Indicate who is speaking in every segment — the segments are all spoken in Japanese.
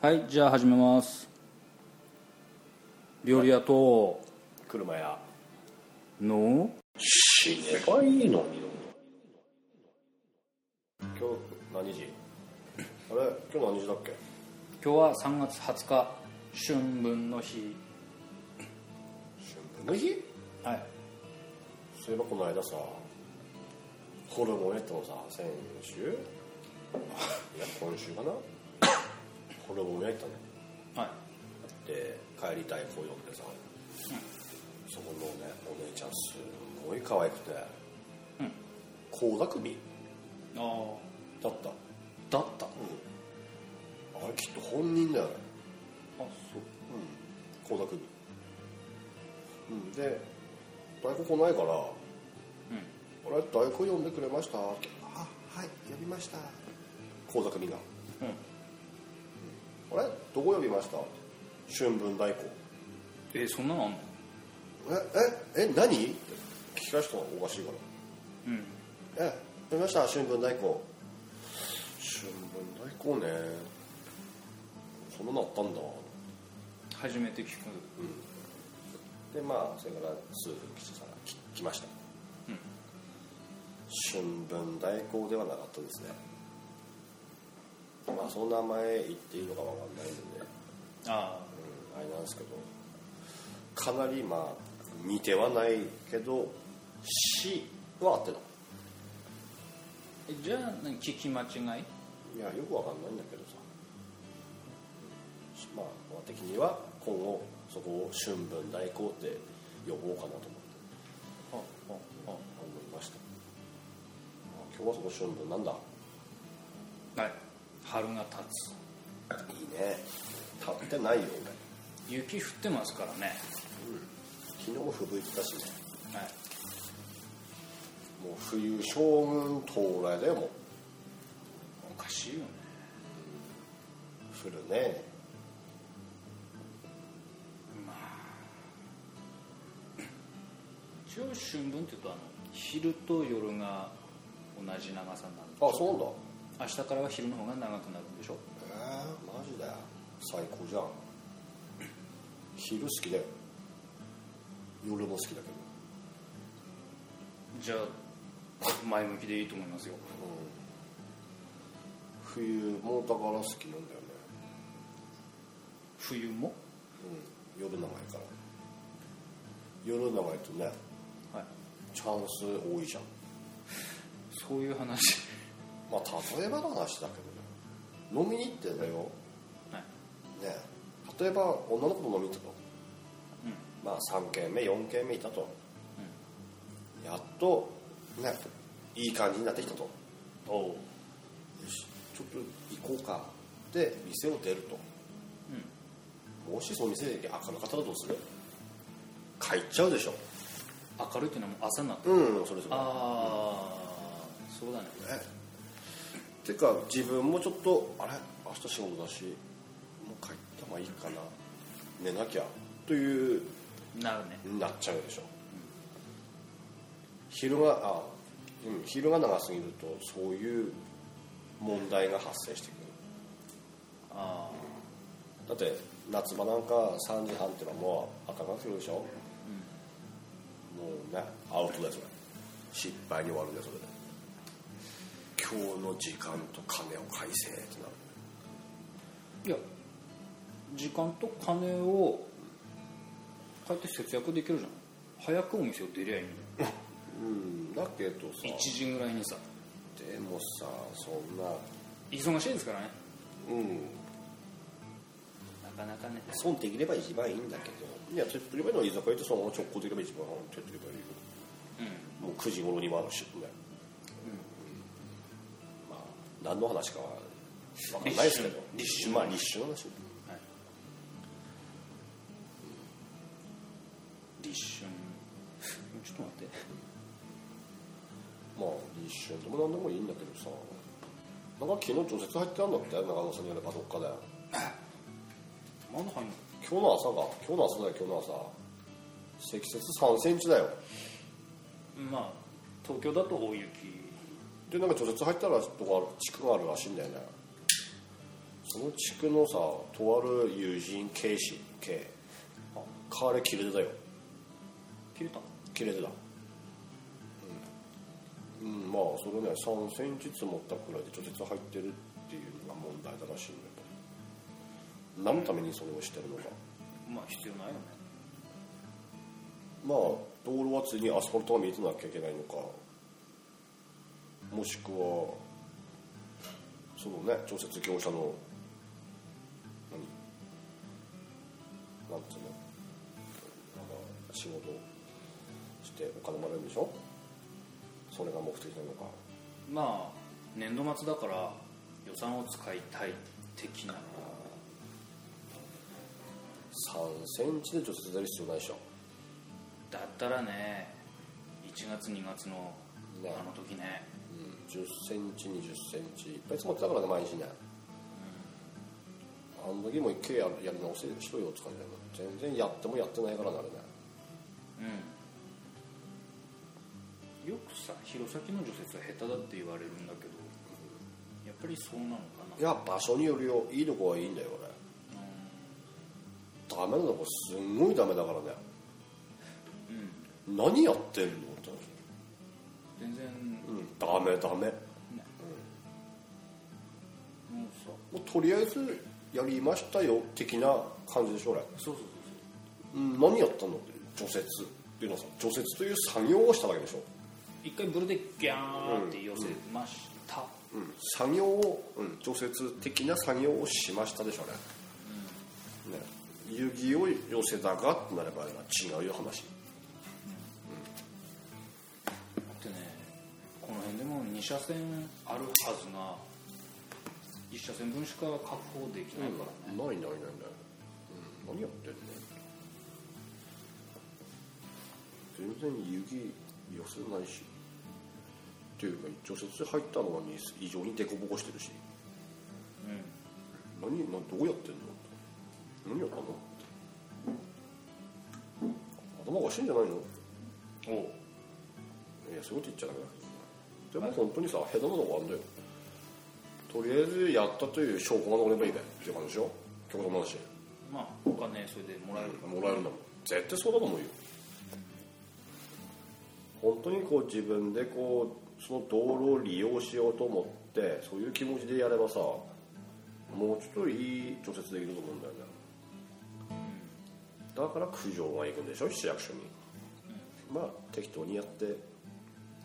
Speaker 1: はいじゃあ始めます料理屋と
Speaker 2: 車屋
Speaker 1: の
Speaker 2: 死ねばいいのに今日何時あれ今日何時だっけ
Speaker 1: 今日は3月20日春分の日
Speaker 2: 無日
Speaker 1: はい
Speaker 2: そういえばこの間さホルモンやったのさ先 週いや今週かなホルモンやったね
Speaker 1: はい
Speaker 2: で帰りたい子呼んでさ、そこのねお姉ちゃんすごい可愛くて倖、田來未
Speaker 1: ああ
Speaker 2: だった
Speaker 1: だったあ
Speaker 2: あれきっと本人だよね
Speaker 1: そう
Speaker 2: 倖田來未うんで大根来ないから「あれ大根読んでくれました?」って「あはい呼びました」倖田來未が「あれどこ呼びました?」春分大根
Speaker 1: えそんなのあんの
Speaker 2: 「えええ何?」って聞き返したのがおかしいから
Speaker 1: うん
Speaker 2: ええ見ました春分大根春分大根ねそんなのあったんだ
Speaker 1: 初めて聞く
Speaker 2: でまあそれから数分来たらき来ました、春分大根ではなかったですねまあその名前言っていいのかわかんないんでね、
Speaker 1: あ
Speaker 2: うん、あれなんですけどかなりまあ似てはないけど「死」は合ってた
Speaker 1: あじゃあ何聞き間違い
Speaker 2: いやよくわかんないんだけどさまあ私的には今後そこを春分大根って呼ぼうかなと思って
Speaker 1: あああ
Speaker 2: 思いましたあ今日はそこ春分なんだ
Speaker 1: はい春が経つ
Speaker 2: いいね立ってないよ
Speaker 1: 雪降ってますからね
Speaker 2: 俺昨日も吹雪いてたしね
Speaker 1: はい
Speaker 2: もう冬将軍到来だよもう
Speaker 1: おかしいよね
Speaker 2: 降るね
Speaker 1: 一応春分っていうとあの昼と夜が同じ長さになる
Speaker 2: あそうなんだ
Speaker 1: 明日からは昼の方が長くなるんでしょ
Speaker 2: えー、マジだよ最高じゃん昼好きだよ夜も好きだけど
Speaker 1: じゃあ前向きでいいと思いますよ
Speaker 2: 冬もだから好きなんだよね、
Speaker 1: 冬も
Speaker 2: うん、夜長いから夜長いとね
Speaker 1: はい
Speaker 2: チャンス多いじゃん
Speaker 1: そういう話
Speaker 2: まあ例えばの話だけどね飲みに行ってだよ
Speaker 1: はい
Speaker 2: ね例えば女の子と飲みに行ったと、まあ3軒目4軒目いたと、やっとねいい感じになってきたとよ
Speaker 1: おお
Speaker 2: しちょっと行こうかで店を出ると、もしその店で明るかったらどうする帰っちゃうでしょ
Speaker 1: 明るいっていうのはもう朝になってる
Speaker 2: うんそれそれ
Speaker 1: ああそうだね
Speaker 2: ねてか自分もちょっとあれ明日仕事だしもう帰った方がいいかな寝なきゃという
Speaker 1: なるね
Speaker 2: なっちゃうでしょ、昼があ、うん、昼が長すぎるとそういう問題が発生してく
Speaker 1: あ
Speaker 2: るだって夏場なんか3時半ってのはもう赤が来るでしょ、もうねアウトだよそれ失敗に終わるんだよそれで今日の時間と金を返せってなる
Speaker 1: あいや時間と金をこうやって節約できるじゃん早くお店を出りゃいいんだよ
Speaker 2: うんだけどさ
Speaker 1: 1時ぐらいにさ
Speaker 2: でもさそんな
Speaker 1: 忙しいですからね
Speaker 2: うん
Speaker 1: なかなかね
Speaker 2: 損できれば一番いいんだけどいや手っ取り早いのは居酒屋行ってそのまま直行できれば一番手っ取り早いよ
Speaker 1: うん
Speaker 2: もう9時頃には出ね、まあ何の話かは分かんないですけど
Speaker 1: 立
Speaker 2: まあ立春の話
Speaker 1: はい立春ちょっと待って
Speaker 2: まあ立春でも何でもいいんだけどさなんか昨日除雪入ってあんだって長野さんにやればどっかで
Speaker 1: まだ入んの
Speaker 2: 今日の朝が今日の朝だよ今日の朝積雪3センチだよ
Speaker 1: まあ東京だと大雪
Speaker 2: でなんか除雪入ったらとか地区があるらしいんだよねその地区のさとある友人 K 氏 K 彼切れてたよ
Speaker 1: 切れた
Speaker 2: 切れてたうん、うん、まあそれね3センチ積もったくらいで除雪入ってるっていうのが問題だらしいんだけど何のためにそれをしてるのか
Speaker 1: まあ必要ないよね
Speaker 2: まあ道路は常にアスファルトが見えてなきゃいけないのかもしくはそのね調節業者の何なんつうのなんか仕事してお金もらえるんでしょそれが目的なのか
Speaker 1: まあ年度末だから予算を使いたい的な
Speaker 2: 3センチで除雪出る必要ないでしょ
Speaker 1: だったらね1月2月の
Speaker 2: ね
Speaker 1: あの時ね
Speaker 2: 1 0ンチ2 0ンチいっぱい積もってたからね毎日ね、あの時も一回ややり直せしろよって感じだよ全然やってもやってないからなるね
Speaker 1: よくさ弘前の除雪は下手だって言われるんだけどやっぱりそうなのか
Speaker 2: いや場所によるよいいとこはいいんだよ俺
Speaker 1: なうん
Speaker 2: ダメなとこすんごいダメだからね、何やってんのって
Speaker 1: 全然
Speaker 2: 話、うん、ダメダメ
Speaker 1: もうさ
Speaker 2: もうとりあえずやりましたよ的な感じでしょ俺、
Speaker 1: そうそうそう
Speaker 2: うん、何やったのって除雪っていうのはさ除雪という作業をしたわけでしょ
Speaker 1: そう一回ブルでギャーンって寄せました、
Speaker 2: うん、作業を、うん、除雪的な作業をしましたでしょうね,、ね遊戯を寄せたがってなれば違うよ話
Speaker 1: だってねこの辺でも2車線あるはずが1車線分しか確保できないから、
Speaker 2: ないないないない、うん、何やってんの全然遊戯寄せないしっていうか除雪入ったのに異常に凸凹してるし、何などうやってんの何やったの頭おかしいんじゃないの
Speaker 1: おう
Speaker 2: いやそういうこと言っちゃダメだでも本当にさ下手なとこあんだよとりあえずやったという証拠が残ればいいべっていう感じでしょ極端な話
Speaker 1: まあお金それでもらえる
Speaker 2: もらえるんだもん絶対そうだと思うよ本当にこう自分でこうその道路を利用しようと思ってそういう気持ちでやればさもうちょっといい除雪できると思うんだよねだから苦情が行くんでしょ市役所にまあ適当にやって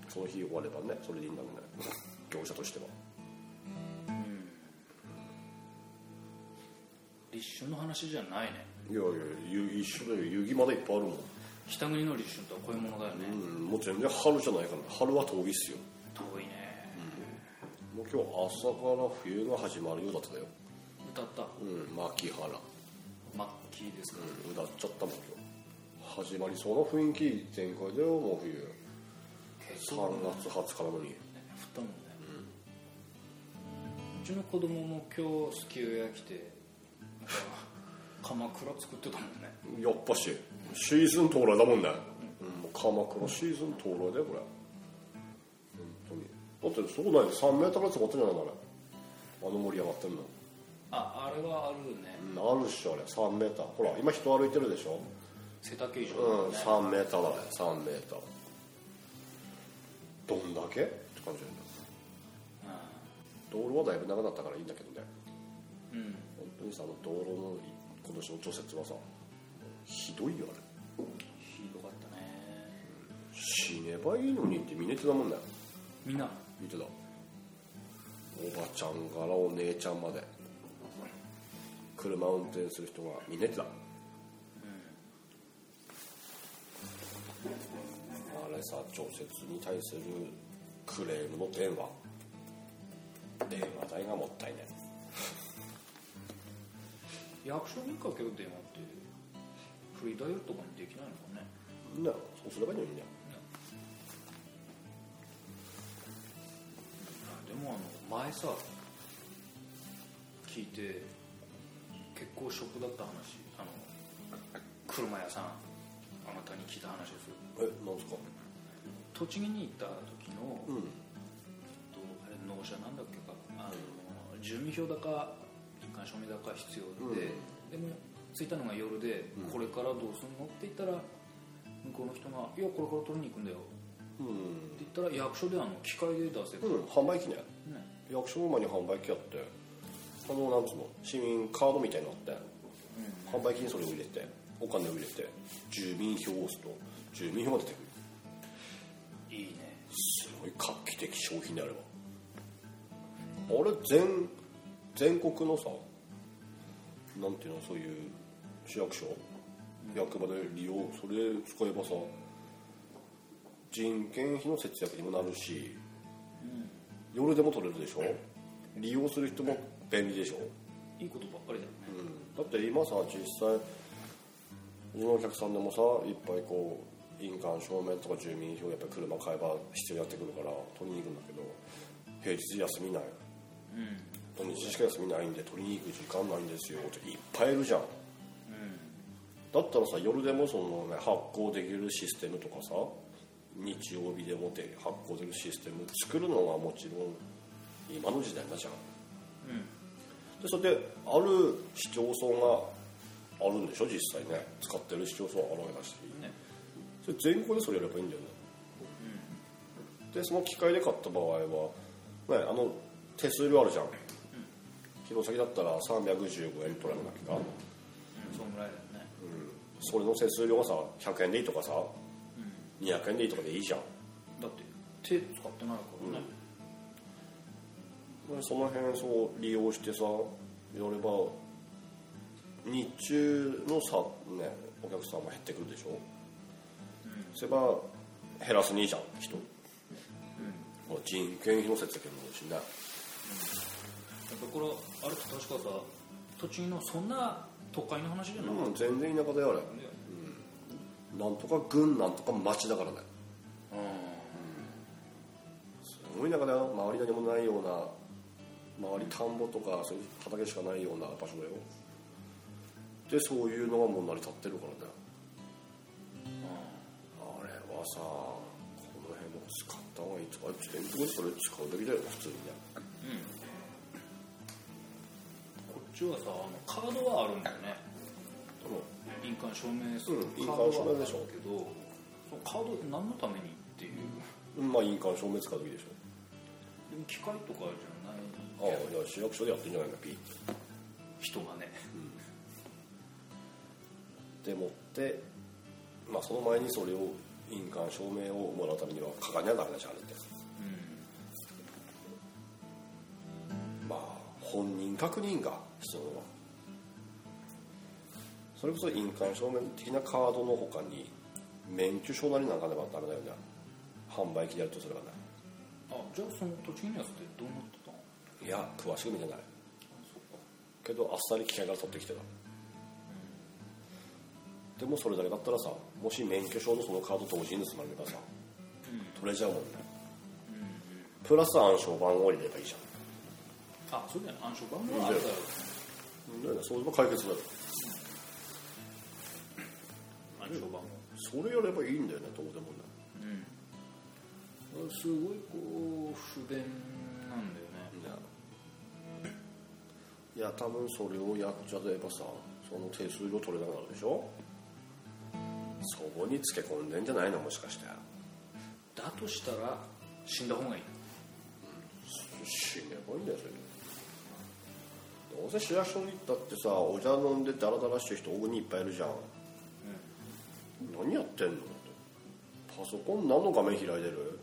Speaker 2: その日終わればねそれでいいんだもんね業者としては
Speaker 1: 立春の話じゃないね
Speaker 2: いやいやゆ一緒だよ遊戯まだいっぱいあるもん
Speaker 1: 北国の立春とはこういうものだよね、
Speaker 2: うんもう全然春じゃないから春は遠いっすよ
Speaker 1: 遠いね、
Speaker 2: もう今日朝から冬が始まるようだったよ
Speaker 1: 歌った
Speaker 2: うん牧原
Speaker 1: マッキーですか、
Speaker 2: うん歌っちゃったもん今日始まりそうな雰囲気全開だよもう冬
Speaker 1: 結構
Speaker 2: 3月20日なのに
Speaker 1: ね振ったもんね、うちの子供も今日すき家来てなんか鎌倉作ってたもんね
Speaker 2: やっぱしシーズン到来だもんね、うん、もう鎌倉シーズン到来だよこれ本当にだってそこない3メートル積もったんじゃないのあれあの盛り上がってんの
Speaker 1: ああれはあるね
Speaker 2: うんあるっしょあれ3メーターほら今人歩いてるでしょ
Speaker 1: 背丈以上
Speaker 2: う
Speaker 1: だも
Speaker 2: ん
Speaker 1: ね、
Speaker 2: 3メーターだね3メーターどんだけって感じだよね道路はだいぶ長くなったからいいんだけどね
Speaker 1: うんうん
Speaker 2: 本当にさあの道路の今年の除雪はさひどいよあれ
Speaker 1: ひどかったね
Speaker 2: 死ねばいいのにってみんな言ってたもんだよ
Speaker 1: みんな
Speaker 2: 見てたおばちゃんからお姉ちゃんまで車運転する人がみんな言ってた、あれさ調節に対するクレームの電話電話代がもったいない
Speaker 1: 役所にかける電話ってフリーダイヤルとかにできないのかね
Speaker 2: なあそうすればいいのにね
Speaker 1: でもあの前さ聞いて結構ショックだった話あの車屋さんあなたに聞いた話ですよ
Speaker 2: えなんですか
Speaker 1: 栃木に行った時の、
Speaker 2: う
Speaker 1: え
Speaker 2: ん
Speaker 1: っとあれ納車なんだっけかあの住民票だか間署名だか必要で、でも着いたのが夜で、これからどうすんのって言ったら向こうの人が「いやこれから取りに行くんだよ」
Speaker 2: うん、
Speaker 1: って言ったら役所であの機械で出せる、
Speaker 2: うん、販売機ね
Speaker 1: ね
Speaker 2: 役所の前に販売機あってあのなんつうの市民カードみたいなのあって販売機にそれを入れてお金を入れて住民票を押すと住民票が出てく
Speaker 1: い
Speaker 2: る
Speaker 1: いね
Speaker 2: すごい画期的商品であればあれ全全国のさなんていうのそういう市役所役場で利用それ使えばさ人件費の節約にもなるし、夜でも取れるでしょ利用する人も便利でしょ、
Speaker 1: いいことばっかりだよね、
Speaker 2: だって今さ実際うちのお客さんでもさいっぱいこう印鑑証明とか住民票やっぱり車買えば必要になってくるから取りに行くんだけど平日休みない土日しか休みないんで取りに行く時間ないんですよっていっぱいいるじゃんだったらさ夜でもその、ね、発行できるシステムとかさ日曜日でもって発行できるシステム作るのはもちろん今の時代だじゃん、でそれである市町村があるんでしょ実際ね使ってる市町村あるわけだし、
Speaker 1: ね
Speaker 2: それ全国でそれやればいいんだよね、でその機械で買った場合は、ね、あの手数料あるじゃん弘前だったら315円取られなきゃ、
Speaker 1: うんそんぐらいだよね
Speaker 2: それの手数料がさ100円でいいとかさ、200円でいいとかでいいじゃん
Speaker 1: だって手使ってないからね、
Speaker 2: でその辺そう利用してさやれば日中のさ、ね、お客さんも減ってくるでしょ、すれば減らすにいいじゃん人、まあ人件費の節約にもなるし
Speaker 1: だ
Speaker 2: ね
Speaker 1: からこれあれって確かさ栃木のそんな都会の話じゃなかっ
Speaker 2: うん全然田舎だよあれ
Speaker 1: たんだよね
Speaker 2: なんとか郡なんとか町だからね
Speaker 1: う
Speaker 2: すごい田舎だよ周り何もないような周り田んぼとかそういう畑しかないような場所だよでそういうのがもう成り立ってるからねあれはさこの辺も使った方がいいとか全国でそれ使うべきだよ普通にね
Speaker 1: んこっちはさあのカードはあるんだよね
Speaker 2: でも
Speaker 1: 印鑑証明す
Speaker 2: う
Speaker 1: る
Speaker 2: ん
Speaker 1: カードは
Speaker 2: 印鑑証明でしょ
Speaker 1: あるけどそのカードって何のためにっていう
Speaker 2: うんまあ印鑑証明使うべきでし
Speaker 1: でも機械とかじゃない
Speaker 2: ょああいや市役所でやってんじゃないのピーって
Speaker 1: 人がね
Speaker 2: でもって、まあ、その前にそれを印鑑証明をもらうためには書かにはダメだしあれって、まあ本人確認が必要だわそれこそ印鑑証明的なカードの他に免許証なりなんかでもダメだよね販売機でやるとすればね
Speaker 1: あじゃあその栃木のやつってどうなってたの
Speaker 2: いや詳しく見てない
Speaker 1: そっか
Speaker 2: けどあっさり機械から取ってきてたでもそれだけだったらさもし免許証のそのカード同時に盗まれればさ、取れちゃうもんね、プラス暗証番号入れればいいじ
Speaker 1: あそうだよね暗証番号はあるだろう
Speaker 2: ゃん、だよねそういうの解決だよ
Speaker 1: 暗証番号
Speaker 2: それやればいいんだよねどうでもね
Speaker 1: すごいこう不便なんだよね
Speaker 2: いや多分それをやっちゃえばさその手数料取れなくなるでしょそこにつけ込んでんじゃないのもしかして
Speaker 1: だとしたら死んだ方がいい
Speaker 2: 死ねばいいんだよそれどうせ市役所に行ったってさお茶飲んでダラダラしてる人大にいっぱいいるじゃん、何やってんのってパソコン何の画面開いてる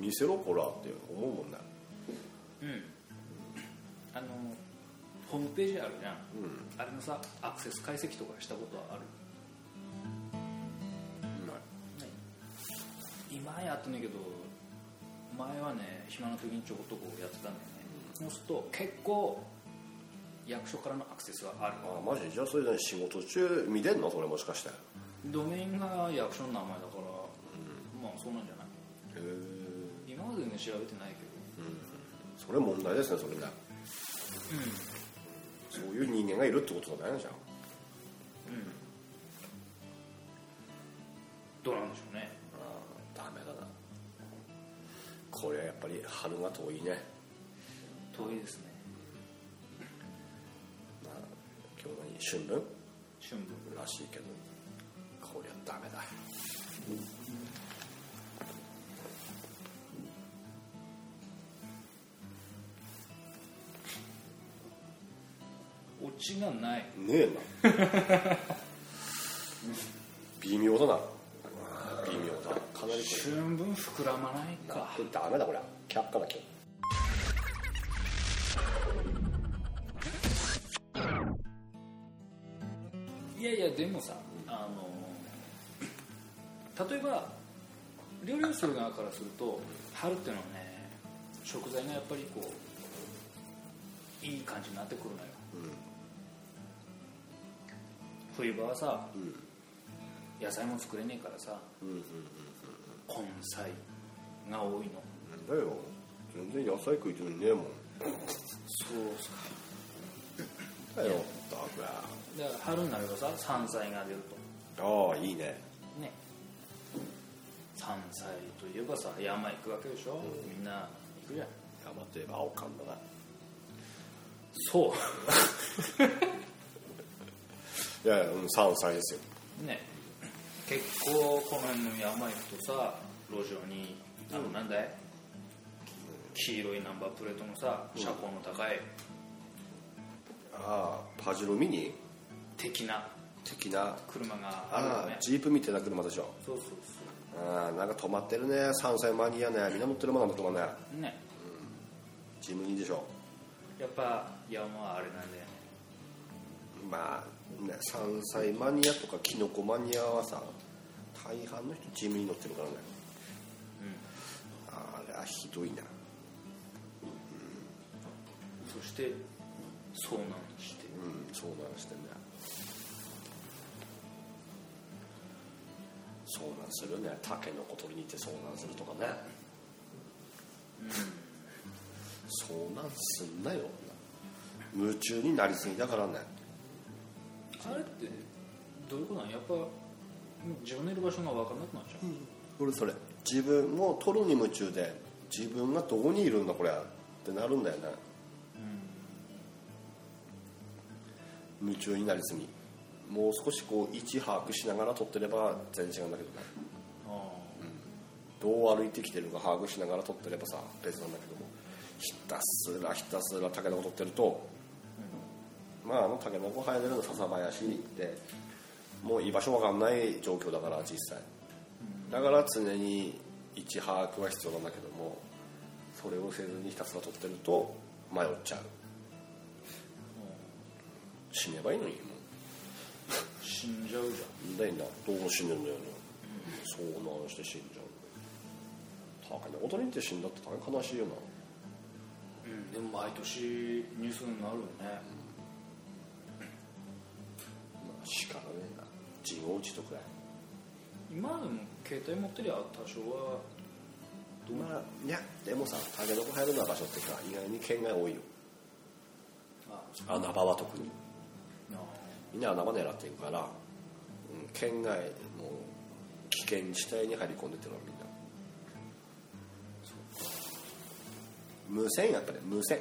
Speaker 2: 見せろこらって思うもんね
Speaker 1: あのホームページあるじゃん、あれのさアクセス解析とかしたことはある今はやってないけど前はね暇な時にちょこっとこうやってたんだよね、そうすると結構役所からのアクセスはある
Speaker 2: あマジじゃあそれで仕事中見てんのそれもしかしてへ
Speaker 1: ドメインが役所の名前だから、まあそうなんじゃない
Speaker 2: え
Speaker 1: 今までね調べてないけど
Speaker 2: それ問題ですねそれねそういう人間がいるってことだねじゃん
Speaker 1: どうなんでしょうね
Speaker 2: あーダメだなこれはやっぱり春が遠いね
Speaker 1: 遠いですね
Speaker 2: 春分
Speaker 1: 春分
Speaker 2: らしいけどこりゃダメだ
Speaker 1: オチがない
Speaker 2: ねえな 微妙だな微妙だかなりこれ
Speaker 1: 春分膨らまないか
Speaker 2: これダメだこれ却下だけ
Speaker 1: いやいやでもさあの例えば料理をする側からすると春ってのはね食材がやっぱりこういい感じになってくるのよ、冬場はさ、野菜も作れねえからさ、根菜が多いの
Speaker 2: だよ全然野菜食いてねえもん
Speaker 1: そうっすか
Speaker 2: だよだから
Speaker 1: だから春になればさ山菜が出ると
Speaker 2: ああいいね
Speaker 1: ね山菜といえばさ山行くわけでしょ、みんな行くじゃん
Speaker 2: 山といえば青缶だな
Speaker 1: そ
Speaker 2: いやいやうん山菜ですよ
Speaker 1: うね結構この辺の山行くとさ路上にあのなんだい、黄色いナンバープレートのさ車高の高い
Speaker 2: ああパジロミニ
Speaker 1: 的な
Speaker 2: 的な
Speaker 1: 車があるよ
Speaker 2: あ
Speaker 1: ね
Speaker 2: あジープみたいな車でしょ
Speaker 1: そうそうそ
Speaker 2: ああなんか止まってるね山菜マニアねみんな乗ってるもんなんだとかね
Speaker 1: うね
Speaker 2: ジムニーでしょ
Speaker 1: やっぱ山はあれなんだよね
Speaker 2: まあね山菜マニアとかキノコマニアはさ大半の人ジムに乗ってるからね、あれはひどいな
Speaker 1: そして遭難して
Speaker 2: うん遭難してんだよ遭難するよねタケノコ取りに行って遭難するとかね、遭難すんなよ夢中になりすぎだからね
Speaker 1: あれってどういうことなんやっぱもう自分のいる場所が分かんなくなっちゃう、
Speaker 2: 俺それ自分を取るに夢中で自分がどこにいるんだこれってなるんだよね、夢中になりすぎもう少しこう位置把握しながら取ってれば全然違うんだけどね
Speaker 1: あ
Speaker 2: どう歩いてきてるか把握しながら撮ってればさ別なんだけどもひたすらひたすらタケノコ撮ってると、まああのタケノコ生えてるの笹林でもう居場所わかんない状況だから実際だから常に位置把握は必要なんだけどもそれをせずにひたすら撮ってると迷っちゃう死ねばいいのにも
Speaker 1: あ死んじゃうじゃん
Speaker 2: うだいなどうも死ねんのよね遭難して死んじゃうタケノコ取りに行って死んだって大変悲しいよな
Speaker 1: うん、でも毎年ニュースになるよね、
Speaker 2: まあ、しからねえな自業自得だよ
Speaker 1: 今でも携帯持ってりゃ多少は
Speaker 2: まあいやでもさタケノコ入るような場所ってか意外に県外多いよ
Speaker 1: あそう
Speaker 2: 穴場は特に
Speaker 1: な
Speaker 2: みんな穴場狙っていくから、うん、県外もう危険地帯に入り込んでってるのみんな無線やったね無線、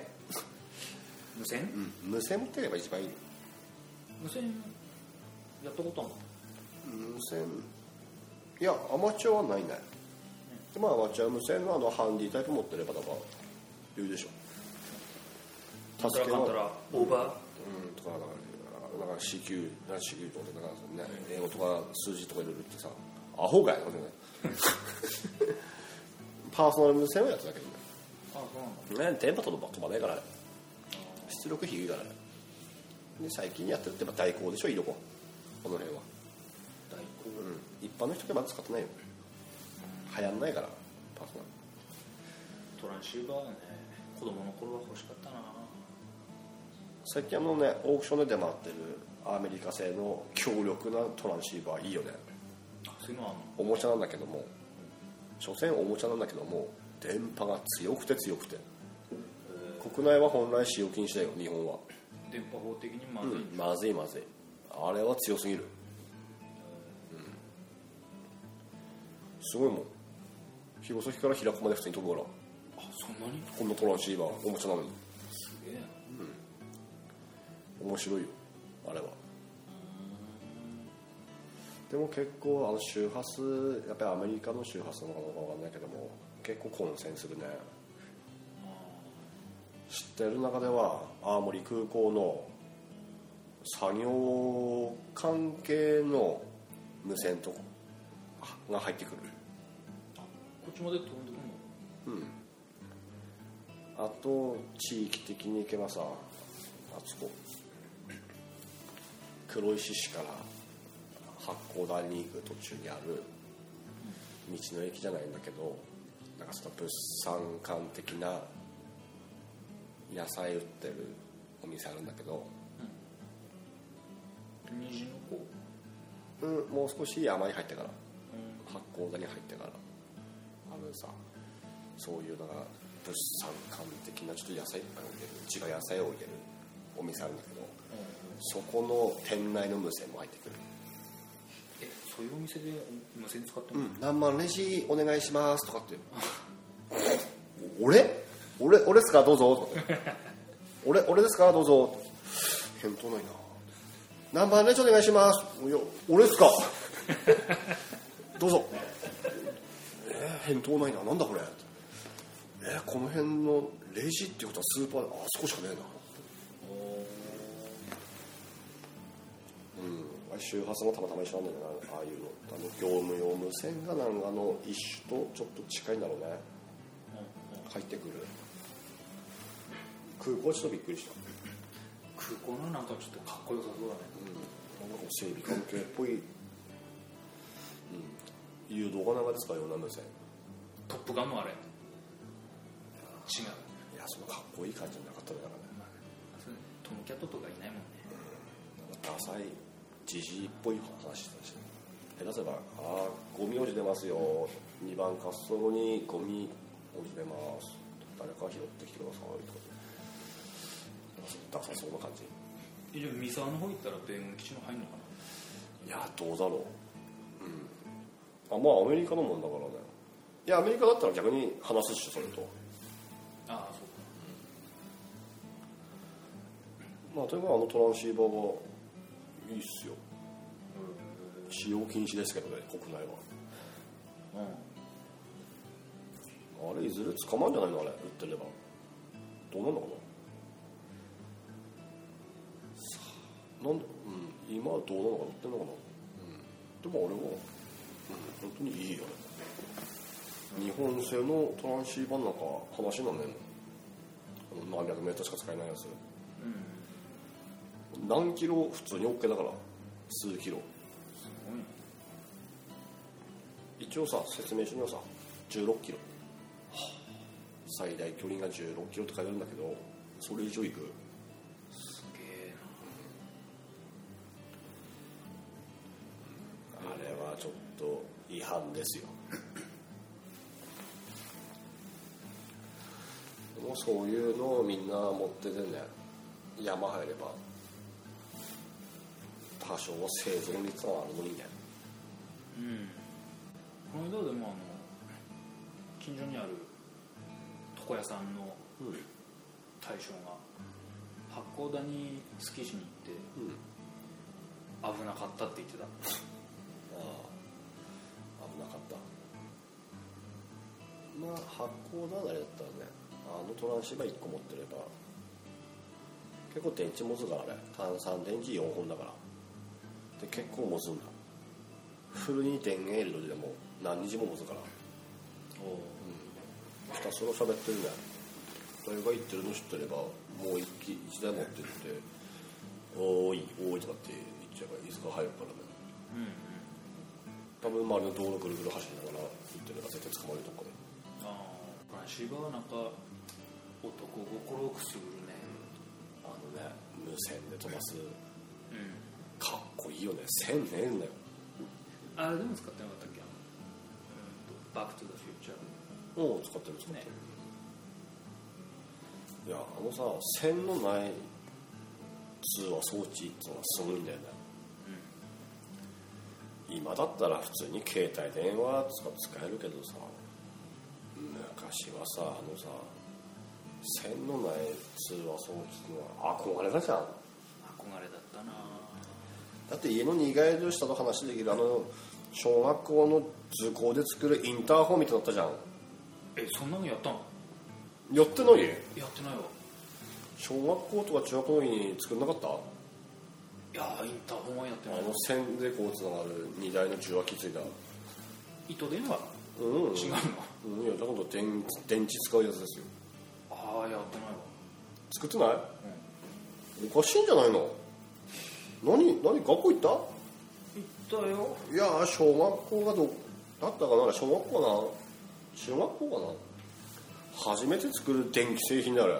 Speaker 1: 無線、
Speaker 2: うん、無線持ってれば一番いいよ
Speaker 1: 無線やったことあるの
Speaker 2: 無線いやアマチュアはないねでまあアマチュア無線のあのハンディタイプ持ってればだから言うでしょ
Speaker 1: なんたらかんたらオーバ
Speaker 2: うんとかなんかなんか C 級なんか C 級とかなんかそのね英語とか数字とかいろいろ言ってさアホかよね パーソナル無線はやってたけど
Speaker 1: ーあそうなんだ
Speaker 2: ねね電波との飛ばないからね出力低いからねで最近やってるってやっぱ代行でしょいとここの辺は、
Speaker 1: 大工
Speaker 2: うん、一般の人ってまだ使ってないよ流行んないからパーソナル
Speaker 1: トランシーバーね子供の頃は欲しかったな
Speaker 2: 最近あのねオークションで出回ってるアメリカ製の強力なトランシーバーいいよね
Speaker 1: そういうのはあんの
Speaker 2: おもちゃなんだけども所詮おもちゃなんだけども電波が強くて強くて国内は本来使用禁止だよ日本は、
Speaker 1: 電波法的にまずい、
Speaker 2: うん、まずいまずいあれは強すぎる、うん、すごいもん弘前から平子まで普通に飛ぶから
Speaker 1: あそんなに
Speaker 2: こんなトランシーバーおもちゃなのに
Speaker 1: すげえな
Speaker 2: 面白いよあれはでも結構あの周波数やっぱりアメリカの周波数なのかどうかわかんないけども結構混戦するね知ってる中では青森空港の作業関係の無線とかが入ってくる
Speaker 1: こっちまで飛んでくるの
Speaker 2: あと地域的に行けばさあそこ黒石市から八甲田に行く途中にある道の駅じゃないんだけどなんかその物産館的な野菜売ってるお店あるんだけど、
Speaker 1: 虹の子
Speaker 2: うん、もう少し山に入ってから八甲田に入ってからあのさそういうだから物産館的なちょっと野菜いっぱい置いてる地場野菜を置いてるお店あるんだけどそこの店内の無線も入ってくる
Speaker 1: えそういうお店で無線使って
Speaker 2: う
Speaker 1: も、
Speaker 2: ん、何万レジお願いしますとかって 俺俺俺ですかどうぞ とかって俺俺ですかどうぞ返答ないな何番レジお願いしますいや俺ですか どうぞ、えー返答ないななんだこれえーこの辺のレジっていうことはスーパーであそこしかねえなうん、周波数もたまたま一緒なんだよなああいうのあの業務用無線がなんかの一種とちょっと近いんだろうね入ってくる空港ちょっとびっくりした、
Speaker 1: 空港のなんかちょっとかっこよさそうだね
Speaker 2: うん、なんかこう整備関係っぽい、うん、誘導が流れですかような無線
Speaker 1: トップガンもあれ違う
Speaker 2: いやそのかっこいい感じじゃなかったねなんかね
Speaker 1: トムキャットとかいないもんね
Speaker 2: なんかダサいじじいっぽい話してたし下手すれば「ああゴミ落ちてますよ2番滑走路にゴミ落ちてます誰か拾ってきてください」とかなんかダサそうな感じ
Speaker 1: えじゃあ三沢の方行ったら米軍基地も入るのかない
Speaker 2: やどうだろううんあまあアメリカのもんだからねいやアメリカだったら逆に話すっしょそれと
Speaker 1: ああそうか
Speaker 2: まあ例えばあのトランシーバーがいいっすよ使用禁止ですけどね国内は
Speaker 1: うん
Speaker 2: あれいずれ捕まんじゃないのあれ売ってればどうなんのかななんで、うん、今はどうなのかな売ってんのかな、うん、でもあれは、うん、本当にいいよね日本製のトランシーバーなんか話になんねえのあの何百メートルしか使えないやつ何キロ普通に OK だから数
Speaker 1: す
Speaker 2: キロ
Speaker 1: ごいね
Speaker 2: 一応さ説明書にはさ1 6キロ最大距離が1 6キロって書いてあるんだけどそれ以上いく
Speaker 1: すげえな
Speaker 2: あれはちょっと違反ですよでもそういうのをみんな持っててね山入れば多少は生存率はあるのにね
Speaker 1: うんこの間でもあの近所にある床屋さんの
Speaker 2: うんうん
Speaker 1: 大将が八甲田にスキーしに行って危なかったって言ってた
Speaker 2: ああ危なかったまあ発光だあれだったらねあのトランシーバー1個持ってれば結構電池持つからね単三電池4本だからで結構持つんだフルに電源入れるでも何日も持つから
Speaker 1: お
Speaker 2: ひたすら喋ってるね俺が言ってるの知ってればもう一機一台持ってって「おーいおーい」とかって言っちゃえばいいですか入るからね
Speaker 1: うんうん
Speaker 2: 多分周りの道路ぐるぐる走りながら行ってれば絶対捕まるとかで
Speaker 1: ああトランシーバーはなんか男心をくすぐるね
Speaker 2: あのね無線で飛ばす
Speaker 1: うん
Speaker 2: かっこいいよね線ねえんだよ
Speaker 1: あれでも使ってなかったっけあのうんとバック・トゥ・ザ・フューチャー
Speaker 2: うん使ってる使ってる、
Speaker 1: ね
Speaker 2: いやあのさ線のない通話装置ってのがすごいんだよね、今だったら普通に携帯電話とか使えるけどさ昔はさあのさ線のない通話装置ってのは憧れだじゃん
Speaker 1: 憧れだったな
Speaker 2: だって家の2階の下と話できるあの小学校の図工で作るインターホンみたいになったじゃん
Speaker 1: えそんなのやったの
Speaker 2: やってない
Speaker 1: やってないわ
Speaker 2: 小学校とか中学校の時に作んなかったあ
Speaker 1: いやーインターホンはやってない
Speaker 2: の線でこうつながる荷台の受話器ついた
Speaker 1: 糸電話
Speaker 2: うん、うん、
Speaker 1: 違うの
Speaker 2: いやだから電電池使うやつですよ
Speaker 1: ああやってないわ
Speaker 2: 作ってない、おかしいんじゃないの何何学校行った
Speaker 1: 行ったよ
Speaker 2: いやー小学校がどだったかな小学校かな中学校かな初めて作る電気製品であれ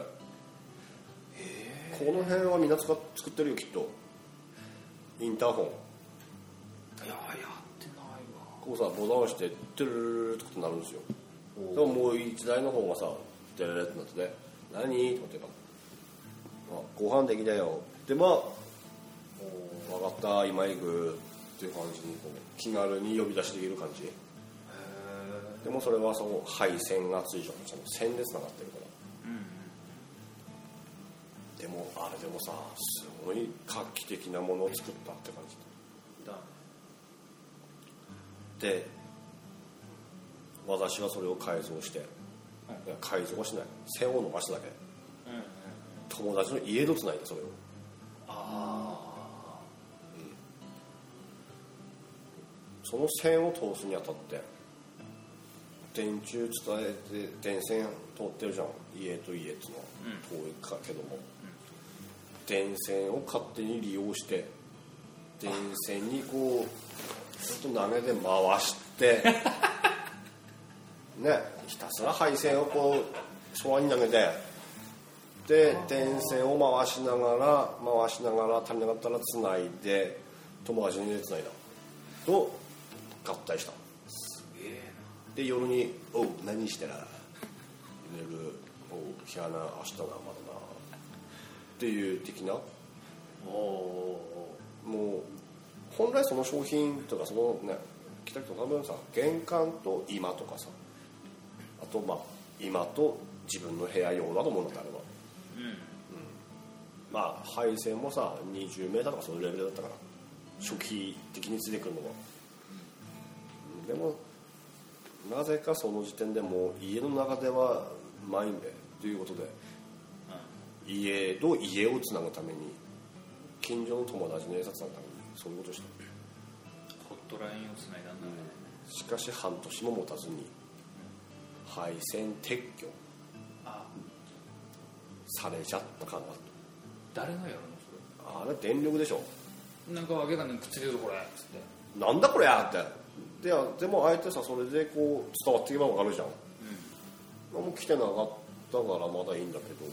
Speaker 2: この辺はみんな使っ作ってるよきっとインターホン
Speaker 1: いややってないわ
Speaker 2: こうさボタン押してトゥルルルルってことになるんですよでももう一台の方がさデレレってなってね何とかって言あご飯できたよでまあ分かった今行くっていう感じにこう気軽に呼び出しできる感じでもそれはその配線がついちゃってその線でつながってるから、でもあれでもさすごい画期的なものを作ったって感じ
Speaker 1: だ
Speaker 2: で私はそれを改造して、いや改造はしない線を伸ばしただけ
Speaker 1: うんうん
Speaker 2: 友達の家とつないでそれを
Speaker 1: あ
Speaker 2: その線を通すにあたって電柱伝えて電線通ってるじゃん家と家っていうのは遠いかけども、電線を勝手に利用して電線にこうちょっと投げで回して ねひたすら配線をこう空に投げてで電線を回しながら回しながら足りなかったらつないで友達につないだと合体した
Speaker 1: あすげえ
Speaker 2: で夜に「おう何してな」「寝る」「おう日穴明日がまだな」っていう的な
Speaker 1: なお
Speaker 2: もう本来その商品とかそのね北北多分さ玄関と今とかさあとまあ今と自分の部屋用だと思うんだあれば
Speaker 1: うんうん
Speaker 2: まあ配線もさ20メーターとかそういうレベルだったから初期的についてくるのは、でもなぜかその時点でもう家の中ではうまいんでということで家と家をつなぐために近所の友達の挨拶のためにそういうことした
Speaker 1: ホットラインをつないだんだね
Speaker 2: しかし半年も持たずに配線撤去
Speaker 1: あ
Speaker 2: されちゃったかなと
Speaker 1: 誰がやるの
Speaker 2: あれ電力でしょ
Speaker 1: それなんかわけがねくっつけるぞこれつって
Speaker 2: なんだこれやってででもあえてさそれでこう伝わっていけば分かるじゃん、もう来てなかったからまだいいんだけど